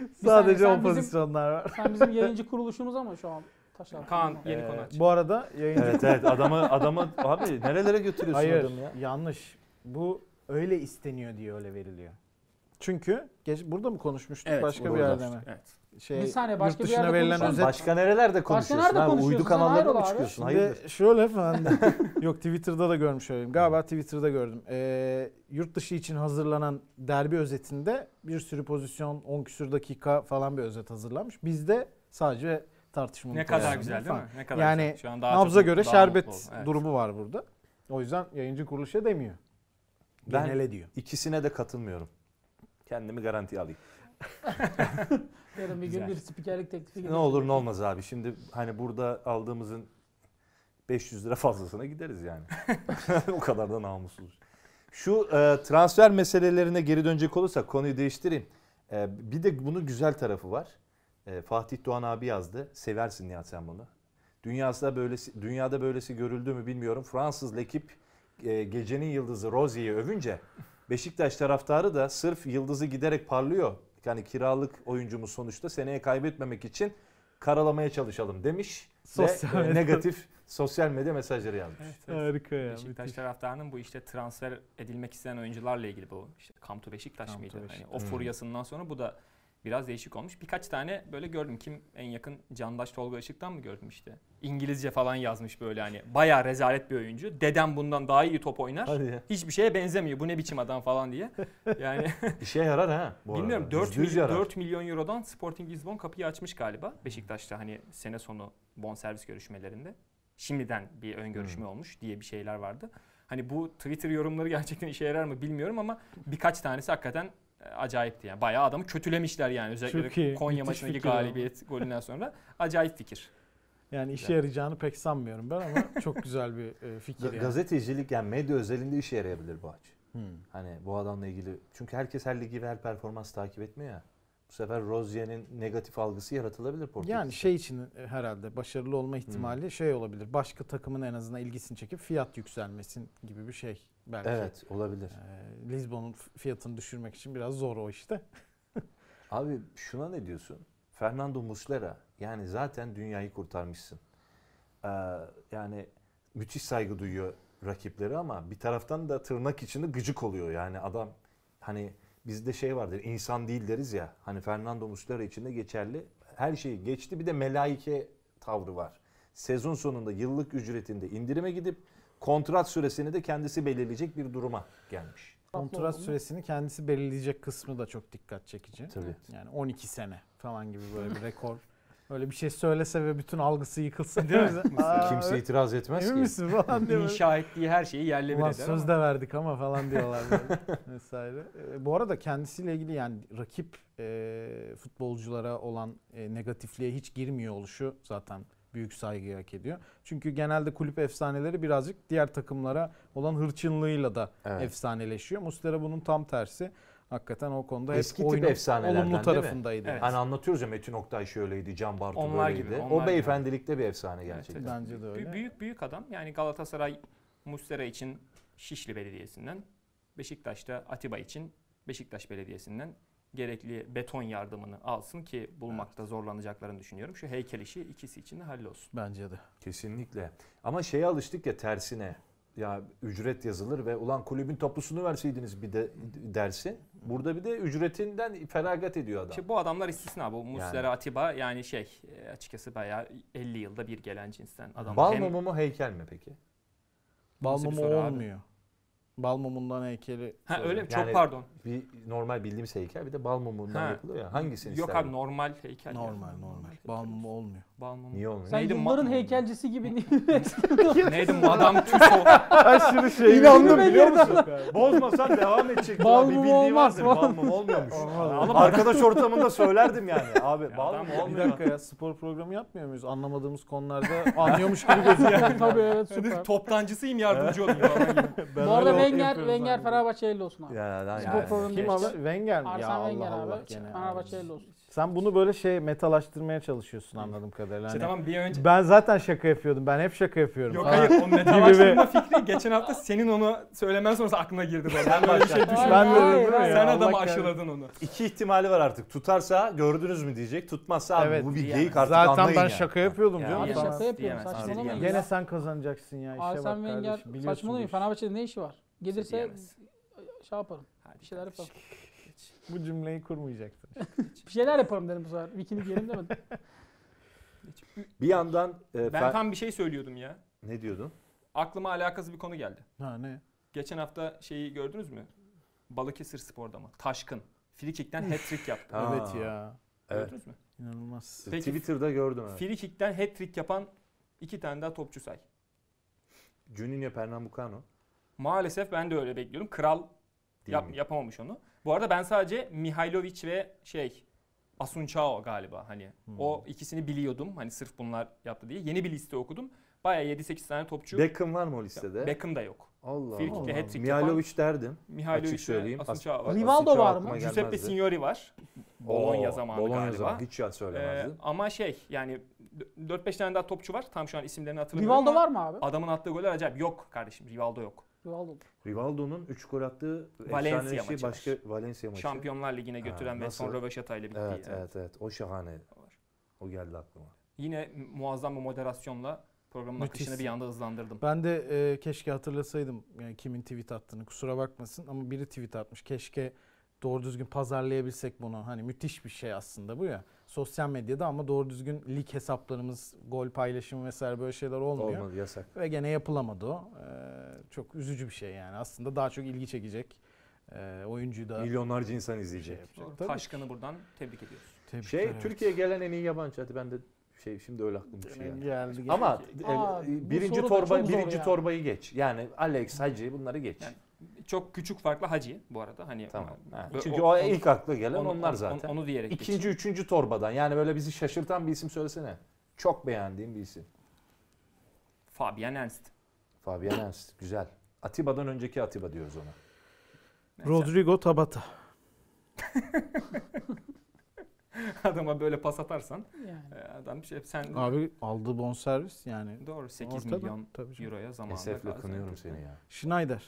Bir saniye,
Sadece o
sen bizim-
pozisyonlar var.
Sen bizim yayıncı kuruluşumuz ama şu an taşar.
Kaan yeni konu aç.
Ee, Bu arada yayıncı
Evet evet adamı adamı abi nerelere götürüyorsun
Hayır,
adamı ya?
yanlış. Bu öyle isteniyor diye öyle veriliyor. Çünkü geç, burada mı konuşmuştuk başka bir
burada.
yerde mi?
Evet.
Şey,
Bir saniye, başka
yurt
bir
dışına
yerde
verilen
konuşalım.
özet.
Başka nerelerde konuşuyorsun?
nerede
abi?
konuşuyorsun?
Uydu
Sen
kanallarına mı
hayrola abi?
çıkıyorsun?
Bir de
Hayırdır?
şöyle falan. Yok Twitter'da da görmüş olayım. Galiba Twitter'da gördüm. Ee, yurt dışı için hazırlanan derbi özetinde bir sürü pozisyon 10 küsür dakika falan bir özet hazırlanmış. Bizde sadece tartışmalı
Ne kadar
pozisyon
güzel değil
falan.
mi? Ne kadar
Yani
güzel. Şu an daha
Nabza
çok- daha
göre
mutlu
şerbet
oldum. Evet.
durumu var burada. O yüzden yayıncı kuruluşa demiyor.
Ben-
Genele diyor.
İkisine de katılmıyorum. Kendimi garantiye alayım.
Yarın bir gün bir spikerlik teklifi gelir.
Ne olur ne olmaz abi. Şimdi hani burada aldığımızın 500 lira fazlasına gideriz yani. o kadar da namussuz. Şu e, transfer meselelerine geri dönecek olursak konuyu değiştireyim. E, bir de bunun güzel tarafı var. E, Fatih Doğan abi yazdı. Seversin Nihat sen bunu. Dünyasında böylesi, dünyada böylesi görüldü mü bilmiyorum. Fransız ekip e, gecenin yıldızı Rozier'i övünce Beşiktaş taraftarı da sırf yıldızı giderek parlıyor. Yani kiralık oyuncumuz sonuçta seneye kaybetmemek için karalamaya çalışalım demiş.
Sosyal
ve e,
medya.
negatif sosyal medya mesajları yazmış.
Harika ya.
Beşiktaş taraftarının bu işte transfer edilmek isteyen oyuncularla ilgili bu işte Kamtu Beşiktaş
Come to
mıydı? Hani
Beşiktaş.
o furyasından sonra bu da biraz değişik olmuş. Birkaç tane böyle gördüm. Kim en yakın Candaş Tolga Işık'tan mı gördüm işte? İngilizce falan yazmış böyle hani. Bayağı rezalet bir oyuncu. Dedem bundan daha iyi top oynar.
Hadi ya.
Hiçbir şeye benzemiyor. Bu ne biçim adam falan diye. Yani
İşe yarar ha bu
Bilmiyorum
arada.
4,
Yüzde yüz yarar.
4 milyon eurodan Sporting Lisbon kapıyı açmış galiba. Beşiktaş'ta hani sene sonu bonservis görüşmelerinde. Şimdiden bir ön
Hmm.
görüşme olmuş diye bir şeyler vardı. Hani bu Twitter yorumları gerçekten işe yarar mı bilmiyorum ama birkaç tanesi hakikaten e, acayipti yani. Bayağı adamı kötülemişler yani özellikle
Çok iyi,
Konya
müthiş
maçındaki
fikir ama.
galibiyet golünden sonra. Acayip fikir.
Yani işe yarayacağını pek sanmıyorum ben ama çok güzel bir e,
Ga-
fikir yani.
Gazetecilik yani medya özelinde işe yarayabilir bu aç.
Hmm.
Hani bu adamla ilgili. Çünkü herkes her ligi ve her performans takip etmiyor ya. Bu sefer Rozier'in negatif algısı yaratılabilir Portekiz'de.
Yani şey için e, herhalde başarılı olma
Hmm.
ihtimali şey olabilir. Başka takımın en azından ilgisini çekip fiyat yükselmesin gibi bir şey belki.
Evet olabilir.
E, Lisbon'un f- fiyatını düşürmek için biraz zor o işte.
Abi şuna ne diyorsun? Fernando Muslera yani zaten dünyayı kurtarmışsın. Ee, yani müthiş saygı duyuyor rakipleri ama bir taraftan da tırnak içinde gıcık oluyor yani adam hani bizde şey vardır insan değil deriz ya hani Fernando Muslera için de geçerli her şeyi geçti bir de melaike tavrı var. Sezon sonunda yıllık ücretinde indirime gidip kontrat süresini de kendisi belirleyecek bir duruma gelmiş.
Kontrat süresini kendisi belirleyecek kısmı da çok dikkat çekici.
Tabii.
Yani 12 sene falan gibi böyle bir rekor. Öyle bir şey söylese ve bütün algısı yıkılsa değil mi? Aa,
Kimse itiraz etmez
Emin
ki.
misin falan diye. böyle.
İnşa ettiği her şeyi yerle bir
Ulan
eder ama.
söz de verdik ama falan diyorlar böyle vesaire. Ee, bu arada kendisiyle ilgili yani rakip e, futbolculara olan e, negatifliğe hiç girmiyor oluşu zaten büyük saygıyı hak ediyor. Çünkü genelde kulüp efsaneleri birazcık diğer takımlara olan hırçınlığıyla da
Evet.
efsaneleşiyor. Muslera bunun tam tersi. Hakikaten o konuda
Eski
hep
tip
oyunun
efsanelerden
olumlu
değil mi?
tarafındaydı.
Evet.
Hani anlatıyoruz ya Metin Oktay şöyleydi, Can Bartu
Onlar
böyleydi.
gibi, onlar
o beyefendilikte bir efsane gerçekten.
Evet,
Bence de
Bü-
öyle.
Büyük büyük adam. Yani Galatasaray Muslera için Şişli Belediyesi'nden, Beşiktaş'ta Atiba için Beşiktaş Belediyesi'nden gerekli beton yardımını alsın ki bulmakta zorlanacaklarını düşünüyorum. Şu heykel işi ikisi için de hallolsun.
Bence de.
Kesinlikle. Ama şeye alıştık ya tersine. Ya ücret yazılır ve ulan kulübün tapusunu verseydiniz bir de dersi. Burada bir de ücretinden feragat ediyor adam.
İşte bu adamlar istisna bu Muslera Atiba yani şey e, açıkçası bayağı 50 yılda bir gelen cinsten adam.
Bal
Hem-
mı mu heykel mi peki?
Nasıl bir
Balmumu
soru abi?
olmuyor. Balmumundan heykeli
Ha öyle mi?
Yani
Çok pardon.
Bir normal bildiğimiz heykel bir de bal mumundan
Ha.
yapılıyor ya. Hangisini
Yok
isterdin?
abi normal heykel.
normal normal. Balmumu olmuyor.
Bal mı?
Niye olmuyor?
Sen
Neydi?
yılların
Ma-
heykelcisi gibi niye
Neydi? Madame Tussauds.
Aşırı şey.
İnandım biliyor musun?
Bozmasan devam edecek.
Bal mumu olmaz mı?
Bal mumu olmuyormuş. Arkadaş ortamında söylerdim yani. Abi bal mumu
Bir
olmuyor.
dakika ya spor programı yapmıyor muyuz? Anlamadığımız konularda anlıyormuş gibi gözüküyor.
Tabii evet süper.
Toptancısıyım yardımcı olayım falan gibi.
Ben
Bu arada
öyle
Wenger,
yapıyorum
Wenger
zannediyorum.
Fenerbahçe'li olsun abi.
Ya lan
Bu programı
Kim abi?
geçtik.
Wenger mi? Ya
Arsene
Allah
Wenger
Allah
abi.
gene.
Fenerbahçe'li olsun.
Sen bunu böyle şey metalaştırmaya çalışıyorsun anladığım kadarıyla.
Şey,
İşte
Hani
tamam bir önce
Ben zaten şaka yapıyordum. Ben hep şaka yapıyorum.
Yok
falan.
hayır o metalaştırma fikri geçen hafta senin onu söylemen sonrası aklına girdi. bana. Ben böyle bir şey
Hayır,
düşünmedim.
Ben de dedim
hayır,
değil mi
hayır.
ya?
Sen
Allah
adamı
kahretsin.
aşıladın onu.
İki ihtimali var artık. Tutarsa gördünüz mü diyecek. Tutmazsa abi
Evet,
bu bir
yani.
geyik artık
Zaten
anlayın
ben
ya.
şaka yapıyordum
Ya,
canım.
Abi
Diyemez,
şaka yapıyorum
diyemez,
saçmalamayın.
diyemez.
ya.
Gene sen kazanacaksın ya. İşe bak
Arsene
kardeşim.
Wenger
biliyorsun
saçmalamayın.
bu işi.
Fenerbahçe'de ne işi var? Gelirse
Diyemez.
şey yaparım. Bir şeyler yaparım.
kardeşim.
Bu cümleyi kurmayacaktın.
Bir şeyler yaparım dedim bu sefer. Bikini giyerim demedim.
Bir yandan e,
Ben
Fer-
tam bir şey söylüyordum ya.
ne diyordun?
Aklıma alakası bir konu geldi.
ha ne?
Geçen hafta şeyi gördünüz mü? Balıkesir Spor'da mı? Taşkın. Frikik'ten hat-trick yaptı.
Ha,
Evet ya.
Evet.
Gördünüz mü?
İnanılmaz.
Peki.
Twitter'da gördüm evet.
Frikik'ten hat-trick yapan iki tane daha topçu say.
Juninho Pernambucano.
Maalesef ben de öyle bekliyorum. Kral
Değil
yap-
mi?
yapamamış onu. Bu arada ben sadece Mihailovic ve şey Asuncao galiba hani
Hmm.
o ikisini biliyordum. Hani sırf bunlar yaptı diye. Yeni bir liste okudum. Bayağı 7-8 tane topçu.
Beckham var mı o listede?
Beckham da yok.
Allah
Frikik'le
Allah.
hat-trick
Mihailovic derdim. Açık
Mihailovic ve
söyleyeyim.
Asuncao var.
As-
Rivaldo
Asuncao
var mı?
aklıma
Giuseppe
gelmezdi.
Signori var. Bologna
Oo,
zamanı
Bologna
galiba.
zamanı. Hiç ya
Ee,
söylemezdim.
ama şey yani d- 4-5 tane daha topçu var. Tam şu an isimlerini hatırlamıyorum
Rivaldo
ama
var mı abi?
Adamın attığı goller acayip. Yok kardeşim Rivaldo yok.
Rivaldo.
Rivaldo'nun 3 gol attığı
Ee, Valencia
efsane şey
maçı var.
başka Valencia maçı.
Şampiyonlar Ligi'ne götüren ve
nasıl?
sonra röveşatayla bitti.
Evet,
yani.
evet, evet. O şahane. O geldi aklıma.
Yine muazzam bir moderasyonla programın akışını
Müthişsin.
bir anda hızlandırdım.
Ben de e, keşke hatırlasaydım yani kimin tweet attığını kusura bakmasın ama biri tweet atmış. Keşke doğru düzgün pazarlayabilsek bunu. Hani müthiş bir şey aslında bu ya. Sosyal medyada ama doğru düzgün lig hesaplarımız, gol paylaşımı vesaire böyle şeyler olmuyor.
Olmadı yasak.
Ve gene yapılamadı o. E, çok üzücü bir şey yani. Aslında daha çok ilgi çekecek. E, oyuncuyu da
Milyonlarca insan
şey
izleyecek.
yapacak. Tabii.
Taşkan'ı buradan tebrik ediyoruz.
Tebrikler,
Şey
evet.
Türkiye'ye gelen en iyi yabancı. Hadi ben de şey şimdi öyle aklıma bir şey geldi.
Geldi, geldi.
Ama
Aa,
e,
bu
birinci
soru da
torba
çok zor
birinci
ya.
torbayı geç. Yani Alex, Hacı bunları geç.
Yani- Çok küçük farklı Hacı bu arada. Hani
tamam. Ha,
Ve
Çünkü o, ilk akla gelen
onu-
onlar
onu-
zaten.
Onu, diyerek
İkinci, üçüncü torbadan yani böyle bizi şaşırtan bir isim söylesene. Çok beğendiğim bir isim.
geç. Fabian Ernst.
Fabian Ernst. Güzel. Atiba'dan önceki Atiba diyoruz ona.
Mesela
Rodrigo Tabata.
Adama böyle pas atarsan
Yani.
e, adam şey sen
Abi aldığı bonservis yani.
doğru 8
ortada.
milyon
Tabii canım.
euroya zamanında.
Esefle
Gaziantep.
kınıyorum seni ya.
Schneider.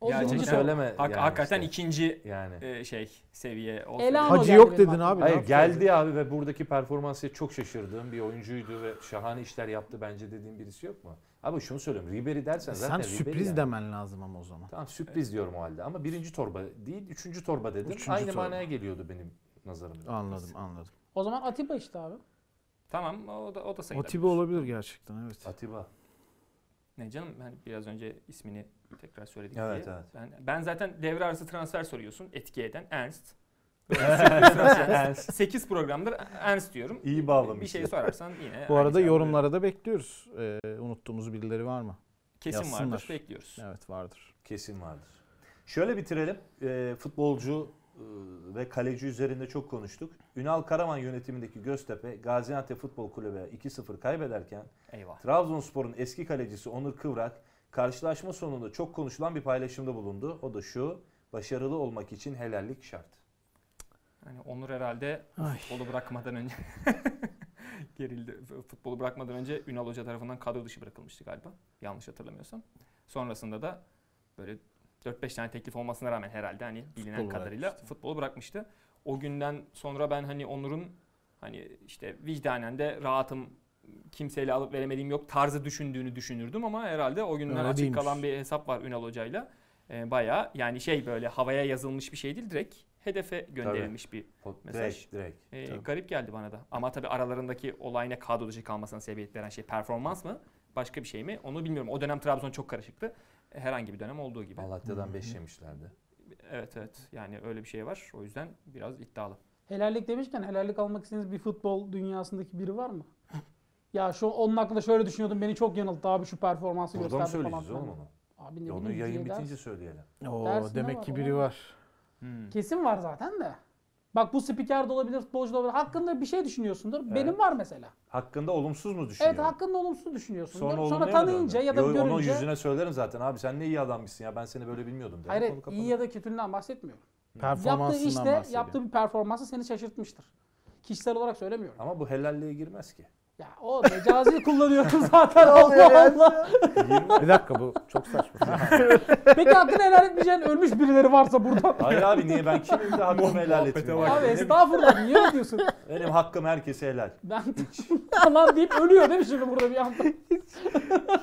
O
Yani
zaman-
Onu
Gerçekten-
söyleme.
Hak-
yani
hakikaten
işte.
ikinci
Yani.
e, şey seviye
Elan-
olsa.
Ama
Hacı
geldi
yok dedin
benim aklıma.
abi. ne
Hayır
yapacağız?
geldi abi ve buradaki performansı çok şaşırdığım bir oyuncuydu ve şahane işler yaptı bence dediğim birisi yok mu? Abi şunu söylüyorum Ribery dersen zaten
Sen
Ribery
sürpriz
yani.
demen lazım ama o zaman.
Tamam sürpriz diyorum o halde ama birinci torba değil üçüncü torba dedim.
Üçüncü
Aynı
torba.
manaya geliyordu benim nazarımda.
Anladım anladım.
O zaman Atiba işte abi.
Tamam o da, o da sayılır.
Motive olabilir gerçekten evet.
Atiba.
Ne canım hani biraz önce ismini tekrar söyledik
Evet,
diye.
evet.
Ben, ben zaten devre arası transfer soruyorsun etki eden Ernst. 8 programdır Ernst diyorum.
İyi
Bir
bağlamış.
şey sorarsan yine.
Bu
aynı
arada
cevabı
yorumlara da bekliyoruz. Ee, unuttuğumuz birileri var mı?
Kesin vardır
yazsınlar.
bekliyoruz.
Evet vardır.
Kesin vardır. Şöyle bitirelim. Ee, futbolcu e, ve kaleci üzerinde çok konuştuk. Ünal Karaman yönetimindeki Göztepe Gaziantep Futbol Kulübü'ne 2-0 kaybederken
Eyvah.
Trabzonspor'un eski kalecisi Onur Kıvrak karşılaşma sonunda çok konuşulan bir paylaşımda bulundu. O da şu. Başarılı olmak için helallik şart.
Yani Hani Onur herhalde
Ay.
futbolu bırakmadan önce gerildi. F- Futbolu bırakmadan önce Ünal Hoca tarafından kadro dışı bırakılmıştı galiba. Yanlış hatırlamıyorsam. Sonrasında da böyle 4-5 tane teklif olmasına rağmen herhalde hani bilinen
Futbolu
kadarıyla futbolu bırakmıştı. O günden sonra ben hani Onur'un hani işte vicdanen de rahatım kimseyle alıp veremediğim yok tarzı düşündüğünü düşünürdüm ama herhalde o günden
Öyle
açık
değilmiş.
kalan bir hesap var Ünal Hoca'yla. Ee, bayağı yani şey böyle havaya yazılmış bir şey değil direkt hedefe gönderilmiş bir Mesaj.
Direkt, direkt.
ee,
Tabii.
garip geldi bana da. Ama tabii aralarındaki olay ne kadro dışı kalmasına sebebiyet veren şey performans mı? Başka bir şey mi? Onu bilmiyorum. O dönem Trabzon çok karışıktı. Herhangi bir dönem olduğu gibi.
Malatya'dan 5 yemişlerdi.
Evet evet. Yani öyle bir şey var. O yüzden biraz iddialı.
Helallik demişken helallik almak istediğiniz bir futbol dünyasındaki biri var mı? ya şu onun hakkında şöyle düşünüyordum beni çok yanılttı abi şu performansı
Burada mı
gösterdi falan.
söyleyeceğiz
filan.
oğlum onu?
Abi ne
Ya Onu
bileyim,
yayın
diye der.
bitince söyleyelim.
Oo,
Dersin
demek
ama
ki
o-
biri var.
Hmm.
Kesin var zaten de. Bak bu spiker de olabilir, futbolcu da olabilir. Hakkında bir şey düşünüyorsundur. Benim
Evet.
var mesela.
Hakkında olumsuz mu
Evet
düşünüyorum?
hakkında olumsuz düşünüyorsundur. Sonra,
Sonra, olumluya mı
tanıyınca
döndün?
ya da
Yo, Onun
görünce.
yüzüne söylerim zaten abi sen ne iyi adammışsın ya ben seni böyle bilmiyordum. derim.
Hayır
Konu
evet,
kapanır.
iyi ya da kötülüğünden bahsetmiyorum. Yaptığı
Performansından
işte,
bahsediyor.
yaptığı bir performansı seni şaşırtmıştır. Kişisel olarak söylemiyorum.
Ama bu helalliğe girmez ki.
Ya o mecazi kullanıyorum zaten Allah Allah.
Bir dakika bu çok saçma.
Peki hakkını helal etmeyeceğin ölmüş birileri varsa burada.
Hayır abi niye ben kimim de hakkımı helal etmeyeyim.
Abi
Benim,
estağfurullah niye yapıyorsun?
benim hakkım herkese helal.
Ben falan deyip ölüyor değil mi şimdi burada bir anda?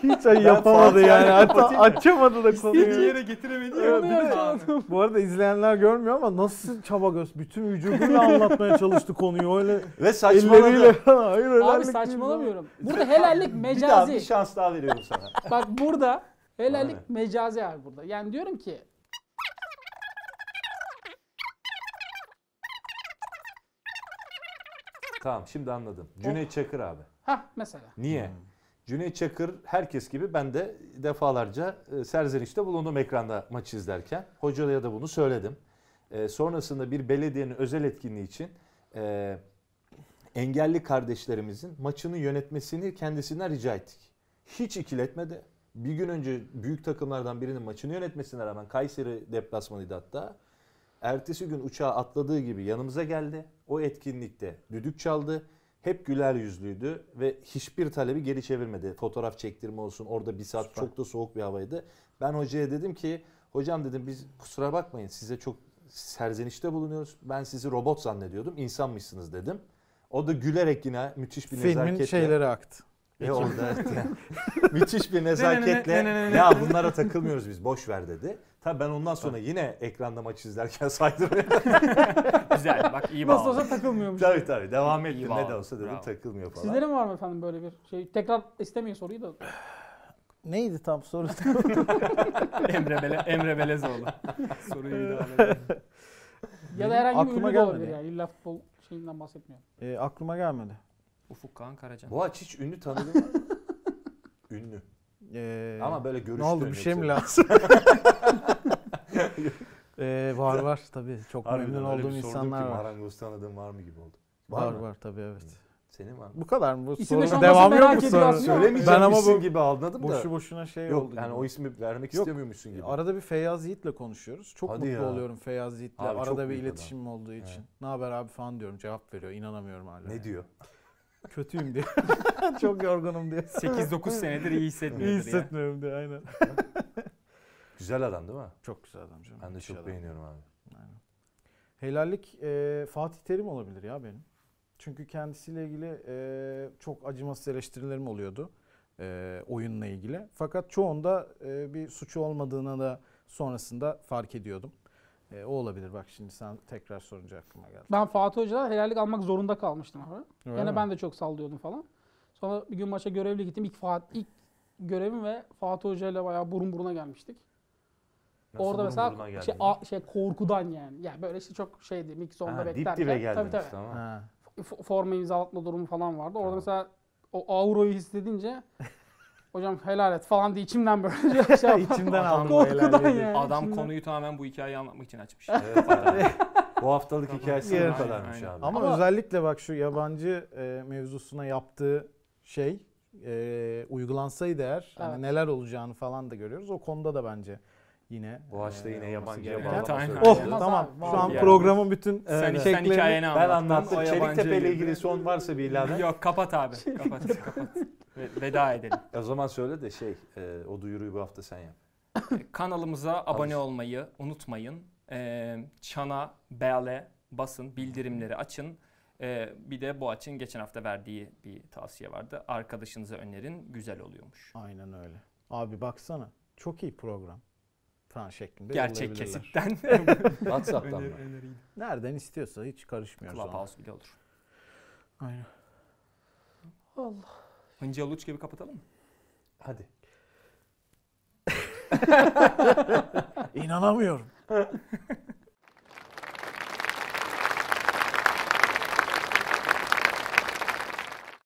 Hiç ay yapamadı yani. Hatta açamadı da konuyu.
yere getiremedi
Evet, bir de- bu arada izleyenler görmüyor ama nasıl çaba göz bütün vücuduyla anlatmaya çalıştı konuyu öyle
Ve
elleriyle
saçmaladı.
falan. Hayır, helallik
Abi
değil.
saçmalamıyorum. Burada helallik
Bir daha bir
mecazi.
şey.
şans daha veriyorum sana.
Bak burada
Bana
helallik mecazi abi burada. Yani diyorum ki
tamam şimdi anladım. Cüneyt Çakır abi.
ha mesela.
Niye? Cüneyt Çakır herkes gibi ben de defalarca e, serzenişte bulundum ekranda maçı izlerken. Hocaya da bunu söyledim. E, sonrasında bir belediyenin özel etkinliği için e, engelli kardeşlerimizin maçını yönetmesini kendisinden rica ettik. Hiç ikiletmedi. Bir gün önce büyük takımlardan birinin maçını yönetmesine rağmen Kayseri deplasmanıydı hatta. Ertesi gün uçağa atladığı gibi yanımıza geldi. O etkinlikte düdük çaldı. Hep güler yüzlüydü ve hiçbir talebi geri çevirmedi. Fotoğraf çektirme olsun orada bir saat çok da soğuk bir havaydı. Ben hocaya dedim ki hocam dedim biz kusura bakmayın size çok serzenişte bulunuyoruz. Ben sizi robot zannediyordum insanmışsınız dedim. O da gülerek yine müthiş bir
Filmin
nezaketle.
şeyleri aktı.
E orada evet ya. müthiş bir nezaketle ya bunlara takılmıyoruz biz boş ver dedi. Tabii ben ondan sonra yine ekranda maç izlerken saydırmaya
Güzel bak iyi
Nasıl
bağlı.
olsa takılmıyormuş.
tabii tabii devam ettim ne
vallahi.
de olsa dedim
Bravo.
takılmıyor falan.
Sizlerin var mı efendim böyle bir şey? Tekrar istemeyin soruyu da.
Neydi tam soru?
Emre, Bele, Emre Belezoğlu. Soruyu bir daha verelim.
Ya da herhangi bir
aklıma
ünlü de olabilir
gelmedi.
yani. İlla futbol şeyinden bahsetmiyorum.
E, aklıma gelmedi.
Ufuk Kağan Karaca.
Boğaç hiç ünlü tanıdın mı? ünlü.
E,
Ama böyle görüştüğün.
ne oldu bir şey mi
yoksa-
lazım? E, var var tabii. Çok
Harbiden
memnun
öyle bir
olduğum
sordum ki
insanlar var.
Marangoz tanıdığın var mı gibi oldu.
Var
mı?
var tabii evet.
Senin var mı?
Bu kadar mı? Bu
İçinde şu
sorunun
an
devamı
merak
yok mu
ediyor
sonra?
aslında.
Söylemeyeceğim
Ben ama
isim
bu-
gibi anladım da.
Boşu boşuna şey
Yok
oldu.
yani
gibi.
o ismi vermek
Yok.
istemiyormuşsun gibi.
Arada bir Feyyaz Yiğit'le konuşuyoruz. Çok
Hadi
mutlu
ya.
oluyorum Feyyaz Yiğit'le.
Abi çok
Arada bir
büyük adam.
iletişimim olduğu için. Ne haber abi falan diyorum. Cevap veriyor. İnanamıyorum hala.
ne
yani.
diyor?
Kötüyüm diye. Çok yorgunum diye.
8-9 senedir iyi hissetmiyordur
İyi
ya.
hissetmiyorum diye aynen.
Güzel adam değil mi?
Çok güzel adam canım.
Ben de
müthiş
çok
adam.
beğeniyorum abi.
Helallik e, Fatih Terim olabilir ya benim. Çünkü kendisiyle ilgili e, çok acımasız eleştirilerim oluyordu e, oyunla ilgili. Fakat çoğunda e, bir suçu olmadığına da sonrasında fark ediyordum. E, o olabilir bak şimdi sen tekrar sorunca aklıma geldi.
Ben Fatih Hoca'dan helallik almak zorunda kalmıştım abi.
Öyle
Gene
mi?
ben de çok sallıyordum falan. Sonra bir gün maça görevli gittim. İlk, Fat ilk görevim ve Fatih Hoca ile bayağı burun buruna gelmiştik.
Nasıl
Orada
bunun
mesela
burnuna
şey,
geldin ya?
a- şey korkudan yani. Yani böyle işte çok şeydi. Miksonda
Ha,
beklerken.
Dip dibe
Tabii,
geldiniz
tabii.
tamam.
Ha.
F- forma imzalatma durumu falan vardı. Orada
Tamam.
mesela o auroyu hissedince hocam helal et falan diye içimden böyle şey yaptım.
İçimden aldım o
Korkudan
helalliği.
yani.
Adam
içimden.
konuyu tamamen bu hikayeyi anlatmak için açmış.
Evet, abi. Bu haftalık hikayesi
Aynen,
bu kadarmış
aynen.
abi.
Ama,
Ama-
özellikle bak şu yabancı e, mevzusuna yaptığı şey e, uygulansaydı eğer hani
Evet.
neler olacağını falan da görüyoruz. O konuda da bence yine
Boğaç'ta yine
olması
yabancıya
gereken-
bağlaması
bağlaması
öyle.
Oh
Olmaz
tamam.
abi,
Şu an
vallahi.
programın bütün
Sen,
e,
sen
şeklerini-
hikayeni anlattın.
Ben
o
anlattım.
yabancıya
Çeliktepe ile
girdi.
ilgili son varsa bir iladen.
Yok kapat abi. Kapat kapat. Ve- Veda edelim.
o zaman söyle de şey e, o duyuruyu bu hafta sen yap.
Kanalımıza abone
Alışın.
olmayı unutmayın. Ee, çana, bele basın, bildirimleri açın. Ee, bir de Boğaç'ın geçen hafta verdiği bir tavsiye vardı. Arkadaşınıza önerin, güzel oluyormuş.
Aynen öyle. Abi baksana. Çok iyi program. Falan şeklinde
Gerçek
yollayabilirler.
kesitten
WhatsApp'tan mı?
Nereden istiyorsa hiç karışmıyoruz ona.
Clubhouse bile olur.
Aynen.
Hınca Uluç gibi kapatalım mı?
Hadi.
İnanamıyorum.